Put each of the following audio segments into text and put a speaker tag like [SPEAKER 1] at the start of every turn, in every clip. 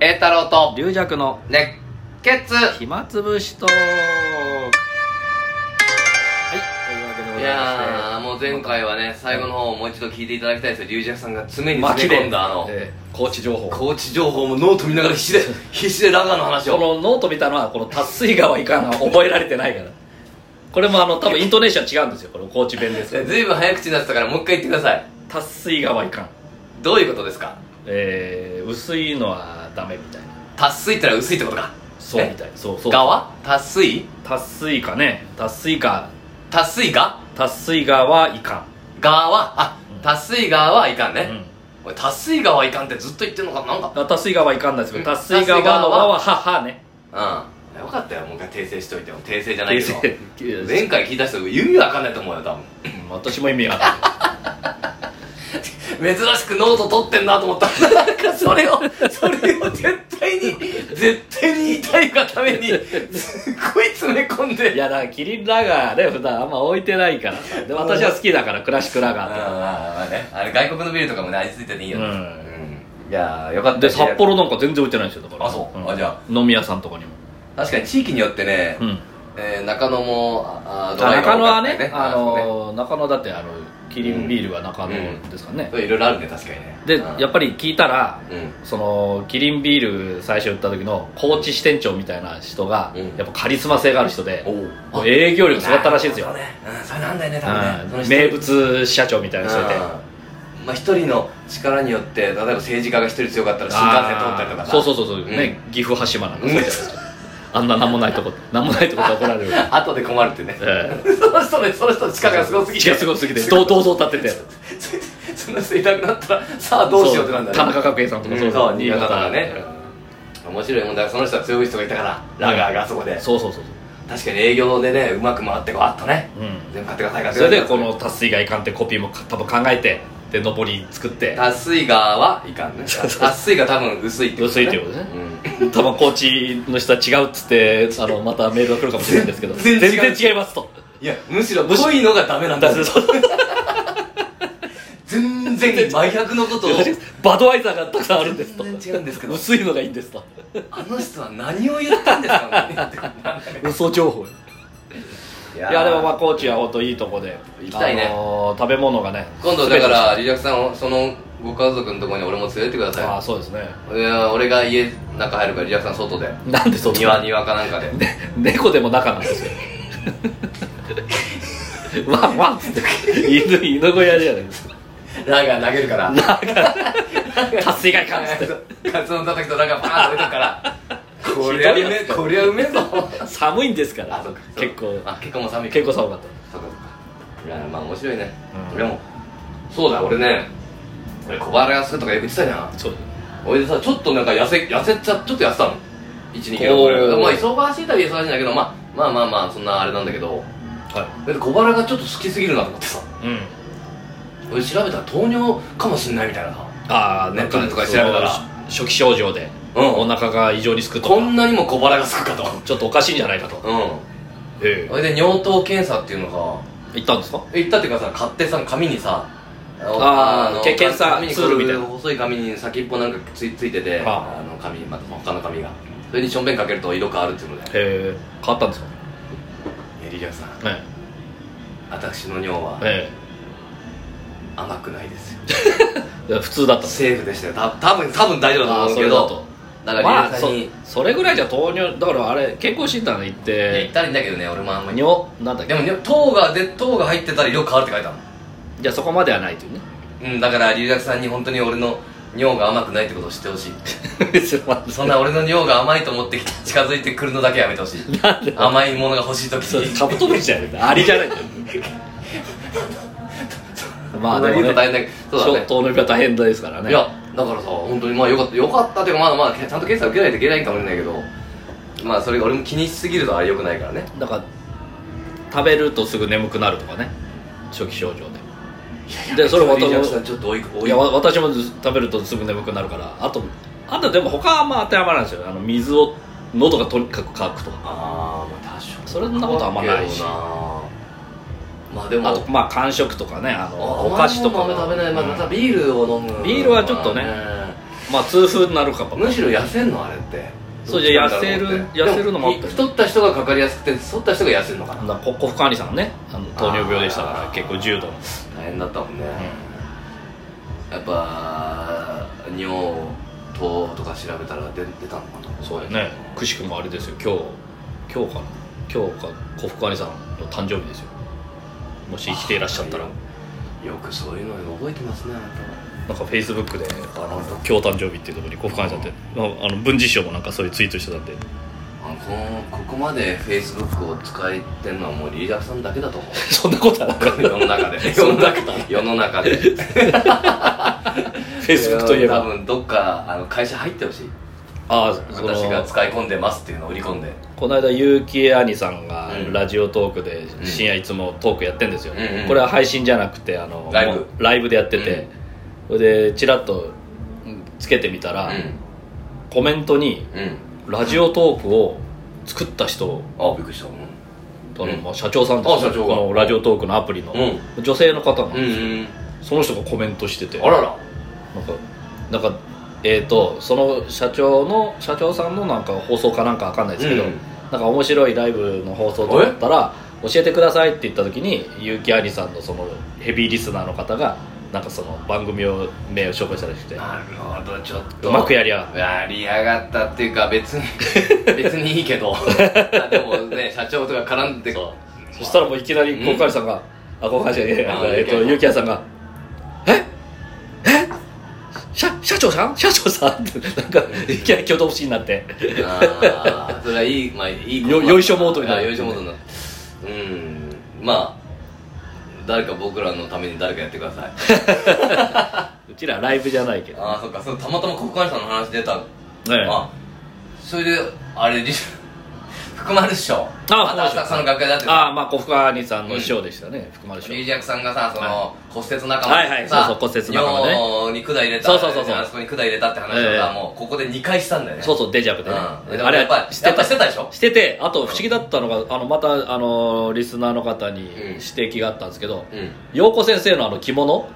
[SPEAKER 1] 栄太郎と
[SPEAKER 2] 龍尺の
[SPEAKER 1] 熱血
[SPEAKER 2] 暇つぶしトークはいというわけでご
[SPEAKER 1] い
[SPEAKER 2] ざいま
[SPEAKER 1] やーもう前回はね最後の方をもう一度聞いていただきたいですよ龍尺さんが常に
[SPEAKER 2] して
[SPEAKER 1] 詰め込んだあの
[SPEAKER 2] えー高知情報こ
[SPEAKER 1] コーチ情報もノート見ながら必死で必死でラガーの話を
[SPEAKER 2] のノート見たのはこの達水川いかんが 覚えられてないからこれもあの多分イントネーション違うんですよこの高知弁ですけ
[SPEAKER 1] え
[SPEAKER 2] ど
[SPEAKER 1] ずいぶん早口になってたからもう一回言ってください
[SPEAKER 2] 達水川いかん
[SPEAKER 1] どういうことですか
[SPEAKER 2] えー、薄いのはダメみたいな
[SPEAKER 1] 達水ってのは薄いってことか
[SPEAKER 2] そう
[SPEAKER 1] え
[SPEAKER 2] みたいなそうそう
[SPEAKER 1] 側達水
[SPEAKER 2] 達水かね達水か
[SPEAKER 1] 達水が
[SPEAKER 2] 達水川はいか
[SPEAKER 1] 側はあ
[SPEAKER 2] うん
[SPEAKER 1] 達水側はいかん
[SPEAKER 2] ん、う
[SPEAKER 1] ね
[SPEAKER 2] ん
[SPEAKER 1] 俺達水側はいかんってずっと言ってんのかななんか
[SPEAKER 2] だから達水川はいかんなんですけど
[SPEAKER 1] うん
[SPEAKER 2] 達水川の和は母ね
[SPEAKER 1] うんよかったよもう一回訂正しといても訂正じゃないけど
[SPEAKER 2] 訂正
[SPEAKER 1] 前回聞いた人意味わかんないと思うよ多分
[SPEAKER 2] うん私も意味がない
[SPEAKER 1] 珍しくノート取ってんなと思ったなんかそれをそれを絶対に絶対に言いたいがためにすっごい詰め込んで
[SPEAKER 2] いやだからキリンラガーね普段あんま置いてないからさで私は好きだからクラシックラ
[SPEAKER 1] あ
[SPEAKER 2] ガーとか
[SPEAKER 1] ああねあれ外国のビールとかもね味付いてていいよね
[SPEAKER 2] うん
[SPEAKER 1] うんいやーよかった
[SPEAKER 2] で
[SPEAKER 1] よ
[SPEAKER 2] 札幌なんか全然置いてないんですよだから
[SPEAKER 1] あそうんあじゃ
[SPEAKER 2] 飲み屋さんとかにも
[SPEAKER 1] 確かに地域によってね、
[SPEAKER 2] うん
[SPEAKER 1] えー中野もああドライが
[SPEAKER 2] 中
[SPEAKER 1] 多
[SPEAKER 2] 野
[SPEAKER 1] か
[SPEAKER 2] は
[SPEAKER 1] ったよ
[SPEAKER 2] ねあのー中野だってあのキリンビールは中野ですからね
[SPEAKER 1] そういろいろあるね確かにね
[SPEAKER 2] で
[SPEAKER 1] うん
[SPEAKER 2] やっぱり聞いたら
[SPEAKER 1] うん
[SPEAKER 2] そのキリンビール最初売った時の高知支店長みたいな人が
[SPEAKER 1] うん
[SPEAKER 2] やっぱカリスマ性がある人
[SPEAKER 1] お
[SPEAKER 2] で
[SPEAKER 1] おう
[SPEAKER 2] 営業力すごかったらしいんですよ
[SPEAKER 1] なるほどねうんそれなんだよね多分
[SPEAKER 2] う
[SPEAKER 1] ね
[SPEAKER 2] ん
[SPEAKER 1] その
[SPEAKER 2] 名
[SPEAKER 1] 人
[SPEAKER 2] 物社長みたいな人いて
[SPEAKER 1] うんまあ、一人の力によって例えば政治家が一人強かったら新幹線通ったりとかさ
[SPEAKER 2] そうそうそうそう、
[SPEAKER 1] ん
[SPEAKER 2] ね岐阜羽島なんかそうじゃないですかあんな何もないとこ 何もないとこで怒られる
[SPEAKER 1] 後で困るってね
[SPEAKER 2] え
[SPEAKER 1] その人ねその人の力がすごすぎて
[SPEAKER 2] 血がすごすぎて銅像立ってて
[SPEAKER 1] その人いなくなったらさあどうしようってなんだ
[SPEAKER 2] そう田
[SPEAKER 1] ね
[SPEAKER 2] 中角栄さんとか
[SPEAKER 1] うんそう
[SPEAKER 2] 新
[SPEAKER 1] 新
[SPEAKER 2] 潟
[SPEAKER 1] 潟がねうん面白いもんだからその人は強い人がいたからラガーがあそこで
[SPEAKER 2] そうそうそう
[SPEAKER 1] 確かに営業でねうまく回ってこうあっとね
[SPEAKER 2] そう、うん、
[SPEAKER 1] 全部買ってください買って
[SPEAKER 2] そ
[SPEAKER 1] くだ
[SPEAKER 2] れ
[SPEAKER 1] さい
[SPEAKER 2] でこの達水がいかんってコピーも多分考えてで上り作って
[SPEAKER 1] 達水がはいか んね達水が多分薄いってこと
[SPEAKER 2] 薄
[SPEAKER 1] ね
[SPEAKER 2] いってことね
[SPEAKER 1] うん
[SPEAKER 2] 多分コーチの人は違うっつってあのまたメールが来るかもしれないんですけど
[SPEAKER 1] 全然違う
[SPEAKER 2] 全然違いますと
[SPEAKER 1] いやむしろ濃いのがダメなんだ
[SPEAKER 2] だそう
[SPEAKER 1] 全然真逆のことを
[SPEAKER 2] バドワイザーがたくさんあるんですと
[SPEAKER 1] 全然違うんですけど
[SPEAKER 2] 薄いのがいいんですと
[SPEAKER 1] あの人は何を言ったんですかね
[SPEAKER 2] 嘘情報
[SPEAKER 1] い
[SPEAKER 2] いやでもまあ高知は本当いいとこで
[SPEAKER 1] 行きたいね
[SPEAKER 2] あのー食べ物がね
[SPEAKER 1] 今度だからリラクさんをそのご家族のところに俺も連れてってくだ
[SPEAKER 2] 全てああ
[SPEAKER 1] さ
[SPEAKER 2] そうですね
[SPEAKER 1] いいや俺が家の中入るからリラクさん外で
[SPEAKER 2] なんでそんな
[SPEAKER 1] 庭庭かなんかで
[SPEAKER 2] 猫でも中な んですよワンワンっつって犬犬小屋じゃないですか
[SPEAKER 1] ラガー投げるから
[SPEAKER 2] 達成外感っつって
[SPEAKER 1] カツオのたたきとラガーパーンと置いとくからこりゃうめえこりゃうめえぞ
[SPEAKER 2] 寒いんですから
[SPEAKER 1] あそっか
[SPEAKER 2] 結構
[SPEAKER 1] あ結構もう寒い
[SPEAKER 2] 結構寒かっ
[SPEAKER 1] そうかそうかいやまあ面白いね、
[SPEAKER 2] うん
[SPEAKER 1] 俺もそうだ俺ね俺小腹がするとかよく言ってたじゃん
[SPEAKER 2] たそう
[SPEAKER 1] 俺でさちょっとなんか痩せ痩せちゃちょっと痩せたの1 2キロぐら
[SPEAKER 2] おー
[SPEAKER 1] いまあ忙しい旅忙しいんだけど、まあ、まあまあまあそんなあれなんだけど
[SPEAKER 2] は
[SPEAKER 1] だって小腹がちょっと好きすぎるなと思ってさ
[SPEAKER 2] いうん
[SPEAKER 1] 俺調べたら糖尿かもしんないみたいなさ
[SPEAKER 2] ああ
[SPEAKER 1] ネットでとか調べたら
[SPEAKER 2] 初期症状で
[SPEAKER 1] うん
[SPEAKER 2] お腹が異常にすくとか
[SPEAKER 1] こんなにも小腹がすくかと
[SPEAKER 2] ちょっとおかしいんじゃないかと
[SPEAKER 1] うん
[SPEAKER 2] え
[SPEAKER 1] それで尿糖検査っていうの
[SPEAKER 2] 行ったんですか
[SPEAKER 1] さ行ったっていうかさ買ってさ紙にさ
[SPEAKER 2] あー
[SPEAKER 1] の
[SPEAKER 2] け検査
[SPEAKER 1] 紙に
[SPEAKER 2] ツールみたいな
[SPEAKER 1] こうう細い紙に先っぽなんかついついてて
[SPEAKER 2] は
[SPEAKER 1] あの紙また他の紙がそれにしょんべんかけると色変わるっていうので
[SPEAKER 2] へえ変わったんですか
[SPEAKER 1] えリリアさん
[SPEAKER 2] え
[SPEAKER 1] 私の尿は
[SPEAKER 2] え
[SPEAKER 1] 甘くないですよ
[SPEAKER 2] え普通だったんです
[SPEAKER 1] セーフでしたよた多分多分大丈夫だと
[SPEAKER 2] ああ
[SPEAKER 1] 思うけ
[SPEAKER 2] それだと
[SPEAKER 1] どだからリリアさんに、
[SPEAKER 2] そそれぐらいじゃ糖尿だからあれ健康診断行っ
[SPEAKER 1] いや言
[SPEAKER 2] て
[SPEAKER 1] ったらいいんだけどね俺もあんまり
[SPEAKER 2] 尿なんだっ
[SPEAKER 1] で
[SPEAKER 2] け
[SPEAKER 1] もね糖がで糖が入ってたら色変わるって書いたの
[SPEAKER 2] じゃあそこまではないというね
[SPEAKER 1] うんだから龍クさんに本当に俺の尿が甘くないってことを知ってほしいそんな俺の尿が甘いと思ってき近づいてくるのだけやめてほしい
[SPEAKER 2] なんで
[SPEAKER 1] 甘いものが欲しい時
[SPEAKER 2] そう
[SPEAKER 1] に
[SPEAKER 2] カブトムシじゃないありじゃないまあでも
[SPEAKER 1] 言う
[SPEAKER 2] ね
[SPEAKER 1] と大変だけどそうだね
[SPEAKER 2] 糖尿病は大変ですからね
[SPEAKER 1] いやだからさ本当にまあよかったよかったっていうかまだまだちゃんと検査受けないといけないかもしれないけどまあそれ俺も気にしすぎるとあれよくないからね
[SPEAKER 2] だから食べるとすぐ眠くなるとかね初期症状ででそれ
[SPEAKER 1] も
[SPEAKER 2] 私
[SPEAKER 1] リジャクさ
[SPEAKER 2] も
[SPEAKER 1] んちょっと多い多
[SPEAKER 2] い
[SPEAKER 1] い
[SPEAKER 2] やわ私もず食べるとすぐ眠くなるからあとあとでも他はあんま当てはまらないんですよあの水を喉がとにかく乾くとか
[SPEAKER 1] ああまあ多少
[SPEAKER 2] そんなことあんまないし
[SPEAKER 1] けどなまあでも
[SPEAKER 2] あとまあ間食とかねあ
[SPEAKER 1] あ
[SPEAKER 2] のお菓子とか
[SPEAKER 1] 甘いものあんま食べないまあ
[SPEAKER 2] うん
[SPEAKER 1] またビールを飲む
[SPEAKER 2] ビールはちょっとね
[SPEAKER 1] まあね
[SPEAKER 2] まあ痛風になるかも
[SPEAKER 1] むしろ痩せんのあれって
[SPEAKER 2] そうじゃあ痩せ
[SPEAKER 1] ど
[SPEAKER 2] る
[SPEAKER 1] っちなんだろうって
[SPEAKER 2] 痩せるのもあったよ
[SPEAKER 1] で太った人がかかりやすくて太った人が痩せるのかな
[SPEAKER 2] だポッコフカーニさんねあの糖尿病でしたか
[SPEAKER 1] あー
[SPEAKER 2] ら結構重度の
[SPEAKER 1] 大変だったもんね、やっぱ尿糖とか調べたら出出たのかな
[SPEAKER 2] そうだよねくしくもあれですよ今日今日かな今日かコフカーニさんの誕生日ですよもし生きていらっしゃったら
[SPEAKER 1] あよくそういうの覚えてますねあなた
[SPEAKER 2] なんかフェイスブックで「あ
[SPEAKER 1] あ
[SPEAKER 2] の
[SPEAKER 1] なた
[SPEAKER 2] 今日誕生日」っていうところにコフカーニさんってまああの文治師匠もなんかそういうツイートしてたんで
[SPEAKER 1] は あのこのここまでフェイスブックを使えてるのはもうリーダーさんだけだ と思う
[SPEAKER 2] そんなことはなかった
[SPEAKER 1] 世の中 で
[SPEAKER 2] そんなこ
[SPEAKER 1] 世の中 で
[SPEAKER 2] フェイスブックといえ
[SPEAKER 1] 多
[SPEAKER 2] ば
[SPEAKER 1] 分どっかあの会社入ってほしい
[SPEAKER 2] ああ
[SPEAKER 1] 私が使い込んでますっていうのを売り込んで
[SPEAKER 2] この間結城兄さんが
[SPEAKER 1] うん
[SPEAKER 2] ラジオトークで
[SPEAKER 1] ん
[SPEAKER 2] 深夜いつもトークやってんですよ、
[SPEAKER 1] うんうん
[SPEAKER 2] これは配信じゃなくてあの
[SPEAKER 1] ライブ
[SPEAKER 2] もうライブでやってて、それでチラッとうんつけてみたら、コメントに
[SPEAKER 1] うんうん
[SPEAKER 2] 「ラジオトークを作った人
[SPEAKER 1] あびっくりしたうん
[SPEAKER 2] あの
[SPEAKER 1] うん
[SPEAKER 2] まあ社長さんです
[SPEAKER 1] あ社長が
[SPEAKER 2] このラジオトークのアプリの、
[SPEAKER 1] う
[SPEAKER 2] 女性の方が、
[SPEAKER 1] うん
[SPEAKER 2] その人がコメントしてて
[SPEAKER 1] あらら
[SPEAKER 2] なんかなんかえー、とその社長の社長さんのなんか放送かなんかわかんないですけど、
[SPEAKER 1] うん
[SPEAKER 2] なんか面白いライブの放送とかだったら教えてくださいって言った時に結城兄さんのそのヘビーリスナーの方がなんかその番組を名を紹介したらしくてう
[SPEAKER 1] なるほどちょっと
[SPEAKER 2] まくやりゃ
[SPEAKER 1] やりやがったっていうか別に別にいいけどあでもね社長とか絡んでそ
[SPEAKER 2] そしたらもういきなり高橋さんが、あ高橋じゃねえ
[SPEAKER 1] あ
[SPEAKER 2] あのえっと結城兄さんが「ええ社社長さん社長さん?」ってなんかいきなり挙動不審になって
[SPEAKER 1] あーそれはいいまあいいこと
[SPEAKER 2] よよいしょモードになる
[SPEAKER 1] あよいしょモードになるうんまあ誰か僕らのために誰かやってください
[SPEAKER 2] うちらライブじゃないけど、
[SPEAKER 1] ああそっかそれたまたま国会さんの話出た、
[SPEAKER 2] ねえ
[SPEAKER 1] あそれであれリス 福丸師匠
[SPEAKER 2] あ
[SPEAKER 1] また
[SPEAKER 2] 福丸師匠
[SPEAKER 1] 浅草の楽屋で会ってた
[SPEAKER 2] ああまあ小深兄さんの師匠でしたね、福丸師
[SPEAKER 1] ミュー
[SPEAKER 2] 匠
[SPEAKER 1] ジャクさんがさその、
[SPEAKER 2] は
[SPEAKER 1] 骨折仲間
[SPEAKER 2] はいはい
[SPEAKER 1] さ
[SPEAKER 2] そうそう骨折仲間ね
[SPEAKER 1] 尿に管入れた
[SPEAKER 2] そうそうそうそう
[SPEAKER 1] あそこに管入れたって話をさ、
[SPEAKER 2] ええ
[SPEAKER 1] もうここで2回したんだよね
[SPEAKER 2] そうそうデジャブでね、
[SPEAKER 1] うん、
[SPEAKER 2] あ
[SPEAKER 1] あれや
[SPEAKER 2] れ
[SPEAKER 1] っぱ
[SPEAKER 2] 知
[SPEAKER 1] やっぱしてたでしょ
[SPEAKER 2] しててあと不思議だったのがあのまたあのリスナーの方に
[SPEAKER 1] ん
[SPEAKER 2] 指摘があったんですけど、
[SPEAKER 1] うん
[SPEAKER 2] 陽子先生のあの着物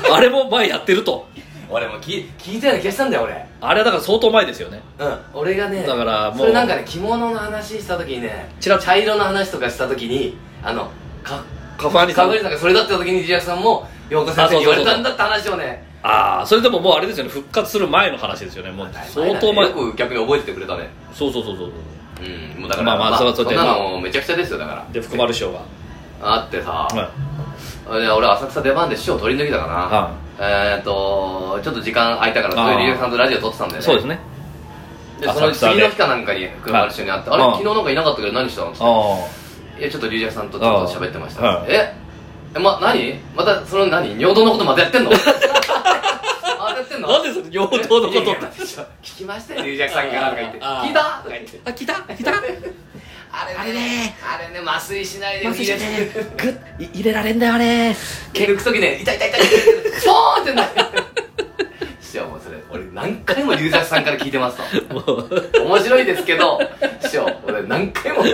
[SPEAKER 2] あの あれも前やってると
[SPEAKER 1] 俺も聞聞いたような気がしたんだよ俺
[SPEAKER 2] あれはだから相当前ですよね
[SPEAKER 1] うん俺がね
[SPEAKER 2] だからもう
[SPEAKER 1] それなんかね着物の話した時にね
[SPEAKER 2] ちらっ
[SPEAKER 1] 茶色の話とかした時にあのか
[SPEAKER 2] カフアニさ
[SPEAKER 1] か
[SPEAKER 2] ん
[SPEAKER 1] ぶりさんがそれだった時にミュージャクさんも陽子先生に言われたんだって話をね
[SPEAKER 2] ああそれでももうあれですよね復活する前の話ですよねもう相当前
[SPEAKER 1] よく逆に覚えててくれたね
[SPEAKER 2] そうそうそうそう
[SPEAKER 1] うんもうだから
[SPEAKER 2] まあまあそう
[SPEAKER 1] そ
[SPEAKER 2] そ
[SPEAKER 1] ん
[SPEAKER 2] う
[SPEAKER 1] なのめちゃくちゃですよだから
[SPEAKER 2] で福丸師匠が
[SPEAKER 1] あってさ、
[SPEAKER 2] はい
[SPEAKER 1] あれ俺浅草出番で師匠取り抜けたかな、
[SPEAKER 2] は
[SPEAKER 1] えっ、ー、とちょっと時間空いたから
[SPEAKER 2] あー
[SPEAKER 1] それでリュウさんとラジオ撮ってたんだよね
[SPEAKER 2] そうですね
[SPEAKER 1] でその
[SPEAKER 2] 浅草で
[SPEAKER 1] 次の日かなんかに車の一緒に会って、
[SPEAKER 2] はい
[SPEAKER 1] あ
[SPEAKER 2] あ
[SPEAKER 1] れ
[SPEAKER 2] ー
[SPEAKER 1] 昨日なんかいなかったけど何してたのって言っ
[SPEAKER 2] あ
[SPEAKER 1] ていやちょっとリュウジャクさんとちょっと喋ってました
[SPEAKER 2] あーはい
[SPEAKER 1] ええま何またその何尿道のことまたやってんの またやってん
[SPEAKER 2] あ
[SPEAKER 1] の
[SPEAKER 2] なんでその陽道のこ
[SPEAKER 1] いやい
[SPEAKER 2] と
[SPEAKER 1] や聞きましたよリュウジャクさんからとか言って
[SPEAKER 2] あー
[SPEAKER 1] 聞いたとか言って
[SPEAKER 2] あ聞いた聞いた
[SPEAKER 1] あれね
[SPEAKER 2] あれね
[SPEAKER 1] あれね麻酔しないで
[SPEAKER 2] マジでねグッい入れられんだよあれ
[SPEAKER 1] 毛抜く時ね痛い痛い痛い痛いクソーってなる師匠もそれ俺何回も龍作さんから聞いてます
[SPEAKER 2] もう
[SPEAKER 1] と面白いですけど師匠俺何回もこ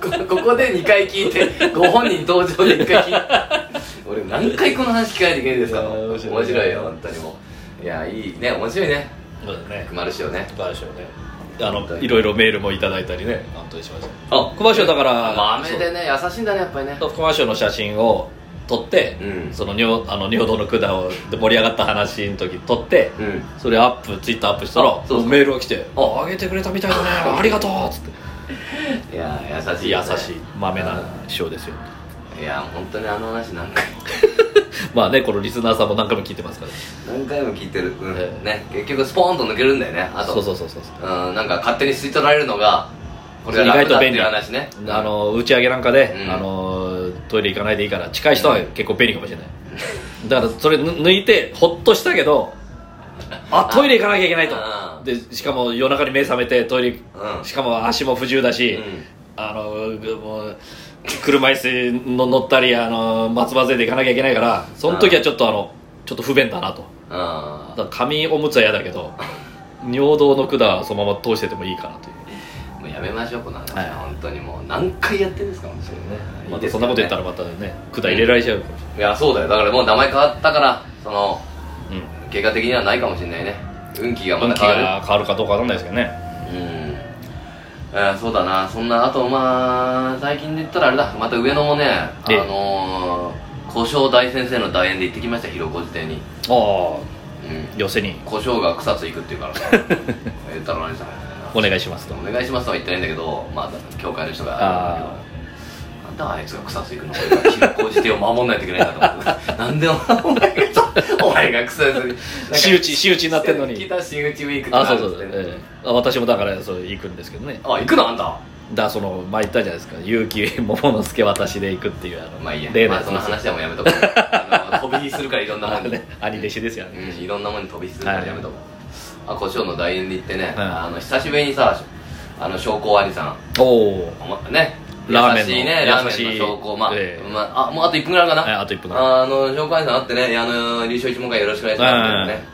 [SPEAKER 1] こここで2回聞いてご本人登場で1回聞いて俺何回この話聞かないといけないんですかと
[SPEAKER 2] いや
[SPEAKER 1] 面
[SPEAKER 2] 面白い
[SPEAKER 1] 白いよ本当にもういやいいね面白いね
[SPEAKER 2] そうだね
[SPEAKER 1] 熊る師匠ね
[SPEAKER 2] 久保師匠ねあのいろいろメールもいただいたりね本当にしました
[SPEAKER 1] あ
[SPEAKER 2] 久保師匠だから
[SPEAKER 1] 豆でね優しいんだねやっぱりね
[SPEAKER 2] そう福間師匠の写真を撮って、
[SPEAKER 1] うん
[SPEAKER 2] その尿あの尿道の管をで盛り上がった話の時撮って、
[SPEAKER 1] うん
[SPEAKER 2] それアップツイッターアップした
[SPEAKER 1] あ
[SPEAKER 2] ら
[SPEAKER 1] そうですか
[SPEAKER 2] メールが来て「
[SPEAKER 1] あ
[SPEAKER 2] ああげてくれたみたいだねありがとう」っつって
[SPEAKER 1] いや優しい
[SPEAKER 2] 優
[SPEAKER 1] よね
[SPEAKER 2] しい豆な師匠ですよ
[SPEAKER 1] いや本当にあの話何回も
[SPEAKER 2] まあねこのリスナーさんも何回も聞いてますから
[SPEAKER 1] 何回も聞いてる、うん
[SPEAKER 2] ええ
[SPEAKER 1] ね結局スポーンと抜けるんだよねあと
[SPEAKER 2] そうそうそうそうそう
[SPEAKER 1] うんなんか勝手に吸い取られるのがこれは楽だっていう話ね
[SPEAKER 2] あの打ち上げなんかで、
[SPEAKER 1] うん
[SPEAKER 2] あのトイレ行かないでいいから近い人は結構便利かもしれない、だからそれぬ抜いてほっとしたけどあトイレ行かなきゃいけないと
[SPEAKER 1] うん
[SPEAKER 2] でしかも夜中に目覚めてトイレ、
[SPEAKER 1] うん
[SPEAKER 2] しかも足も不自由だし、
[SPEAKER 1] うん
[SPEAKER 2] あのもう車椅子の乗ったりあの松葉勢で行かなきゃいけないからその時はちょっとあのちょっと不便だなと
[SPEAKER 1] うん
[SPEAKER 2] だから紙おむつは嫌だけ ど尿道の管はそのまま通しててもいいかなという
[SPEAKER 1] もうやめましょうこの話は、
[SPEAKER 2] はい
[SPEAKER 1] 本当にもう何回やってるんですか本当にね
[SPEAKER 2] またそんなこと言った
[SPEAKER 1] ら
[SPEAKER 2] らまたね管入れられちゃうかもし
[SPEAKER 1] いやそうだよだからもう名前変わったからその
[SPEAKER 2] れない、うん
[SPEAKER 1] 結果的にはないかもしれないね運気がま
[SPEAKER 2] 運
[SPEAKER 1] た
[SPEAKER 2] 気
[SPEAKER 1] 変わ
[SPEAKER 2] が変わるかどうかわかんないですけどね
[SPEAKER 1] るうんあーそうだなそんなあとまあ最近で言ったらあれだまた上野もねあ
[SPEAKER 2] ええ
[SPEAKER 1] のー、古生大先生の代演で行ってきました広小路邸に
[SPEAKER 2] ああ
[SPEAKER 1] うん
[SPEAKER 2] 寄せに
[SPEAKER 1] 胡椒が草津行くっていうから さ言ったのにさ
[SPEAKER 2] お願いしますと
[SPEAKER 1] お願いしますとは言ってないんだけどまあ教会の人が
[SPEAKER 2] あ
[SPEAKER 1] なんであいつが草津行くの俺が広小路邸を守んないといけないんだと思 ってなんでお前がお前が草津になんか
[SPEAKER 2] 仕打ち仕打ちになってんのに
[SPEAKER 1] 北新内ウィークって
[SPEAKER 2] あ
[SPEAKER 1] な
[SPEAKER 2] そう
[SPEAKER 1] る
[SPEAKER 2] そうそう、ええあ私もだからそれ行くんですけどね
[SPEAKER 1] あ行くのあんた
[SPEAKER 2] だからその前言ったじゃないですか結城桃之助私で行くっていうあの
[SPEAKER 1] まあいいや、
[SPEAKER 2] 例
[SPEAKER 1] ま
[SPEAKER 2] のや
[SPEAKER 1] あ、
[SPEAKER 2] つ
[SPEAKER 1] そ
[SPEAKER 2] で
[SPEAKER 1] の
[SPEAKER 2] す
[SPEAKER 1] 話は
[SPEAKER 2] よ
[SPEAKER 1] もうやめと こうあの飛び火するからいろんなもんに、
[SPEAKER 2] 兄弟子ですよね、
[SPEAKER 1] うん、いろんなものに飛び火するからやめとこう、あ胡椒の代演で行ってね、
[SPEAKER 2] うん
[SPEAKER 1] あの久しぶりにさあの将校兄さん
[SPEAKER 2] おお
[SPEAKER 1] ね
[SPEAKER 2] ラーメンの
[SPEAKER 1] 優しいねラーメンの
[SPEAKER 2] 優しい
[SPEAKER 1] 証拠まあ、
[SPEAKER 2] ええ
[SPEAKER 1] まあ、あもうあと1分ぐらいかな、
[SPEAKER 2] あと1分だ
[SPEAKER 1] あの紹介さんあってねいやあの優勝一問会よろしくお願いしますってね、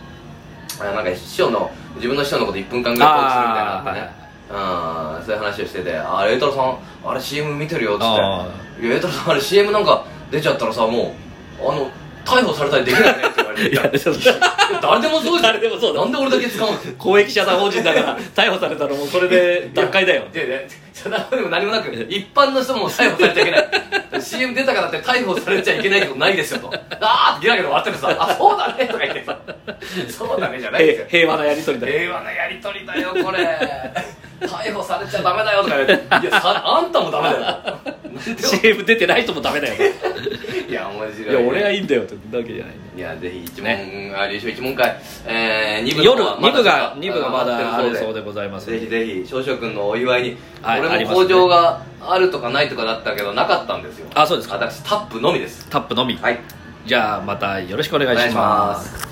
[SPEAKER 1] あのなんか師匠の自分の師匠のこと1分間ぐらいトークするみたいなのあってねうん、そういう話をしてて「あれ栄太郎さんあれ CM 見てるよ」っつって
[SPEAKER 2] あ
[SPEAKER 1] 「いや栄太郎さんあれ CM なんか出ちゃったらさもうあの逮捕されたりできないね」って言われていや
[SPEAKER 2] いやそう
[SPEAKER 1] 誰でもそうじゃん
[SPEAKER 2] 誰でもそうだ
[SPEAKER 1] なんで俺だけ捕まって
[SPEAKER 2] 公益社団法人だから逮捕されたらもうそれで脱会だよ
[SPEAKER 1] いやいや社団法でも何もなく一般の人も逮捕されちゃいけ ない CM 出たからって逮捕されちゃいけないってことないですよとああってギラギラ笑ってるさあそうだねとか言ってさそうだねじゃないです
[SPEAKER 2] 平
[SPEAKER 1] よ
[SPEAKER 2] 平和なやり取りだよ
[SPEAKER 1] 平和なやりとりだよこれ逮捕されちゃダメだよとか言っていやさあんたもダメだよ なんで
[SPEAKER 2] CM 出てない人もダメだよ
[SPEAKER 1] いや面白い
[SPEAKER 2] い
[SPEAKER 1] ね、
[SPEAKER 2] や俺はいいんだよってだけじゃないね
[SPEAKER 1] いやぜひ一問、あ優勝一問会、えー、二部の
[SPEAKER 2] 夜
[SPEAKER 1] 方はま
[SPEAKER 2] 2
[SPEAKER 1] だ
[SPEAKER 2] 部が2部がま
[SPEAKER 1] 上
[SPEAKER 2] だあ
[SPEAKER 1] がって
[SPEAKER 2] るそうでございます
[SPEAKER 1] ぜひぜひ少々君のお祝いに、
[SPEAKER 2] はいあ
[SPEAKER 1] 俺
[SPEAKER 2] り
[SPEAKER 1] も
[SPEAKER 2] ますね
[SPEAKER 1] 工場があるとかないとかだったけどなかったんですよ
[SPEAKER 2] あそうですか
[SPEAKER 1] 私タップのみです
[SPEAKER 2] タップのみ
[SPEAKER 1] はい
[SPEAKER 2] じゃあまたよろしくお願
[SPEAKER 1] お
[SPEAKER 2] い
[SPEAKER 1] 願い
[SPEAKER 2] し
[SPEAKER 1] し
[SPEAKER 2] ま
[SPEAKER 1] ますす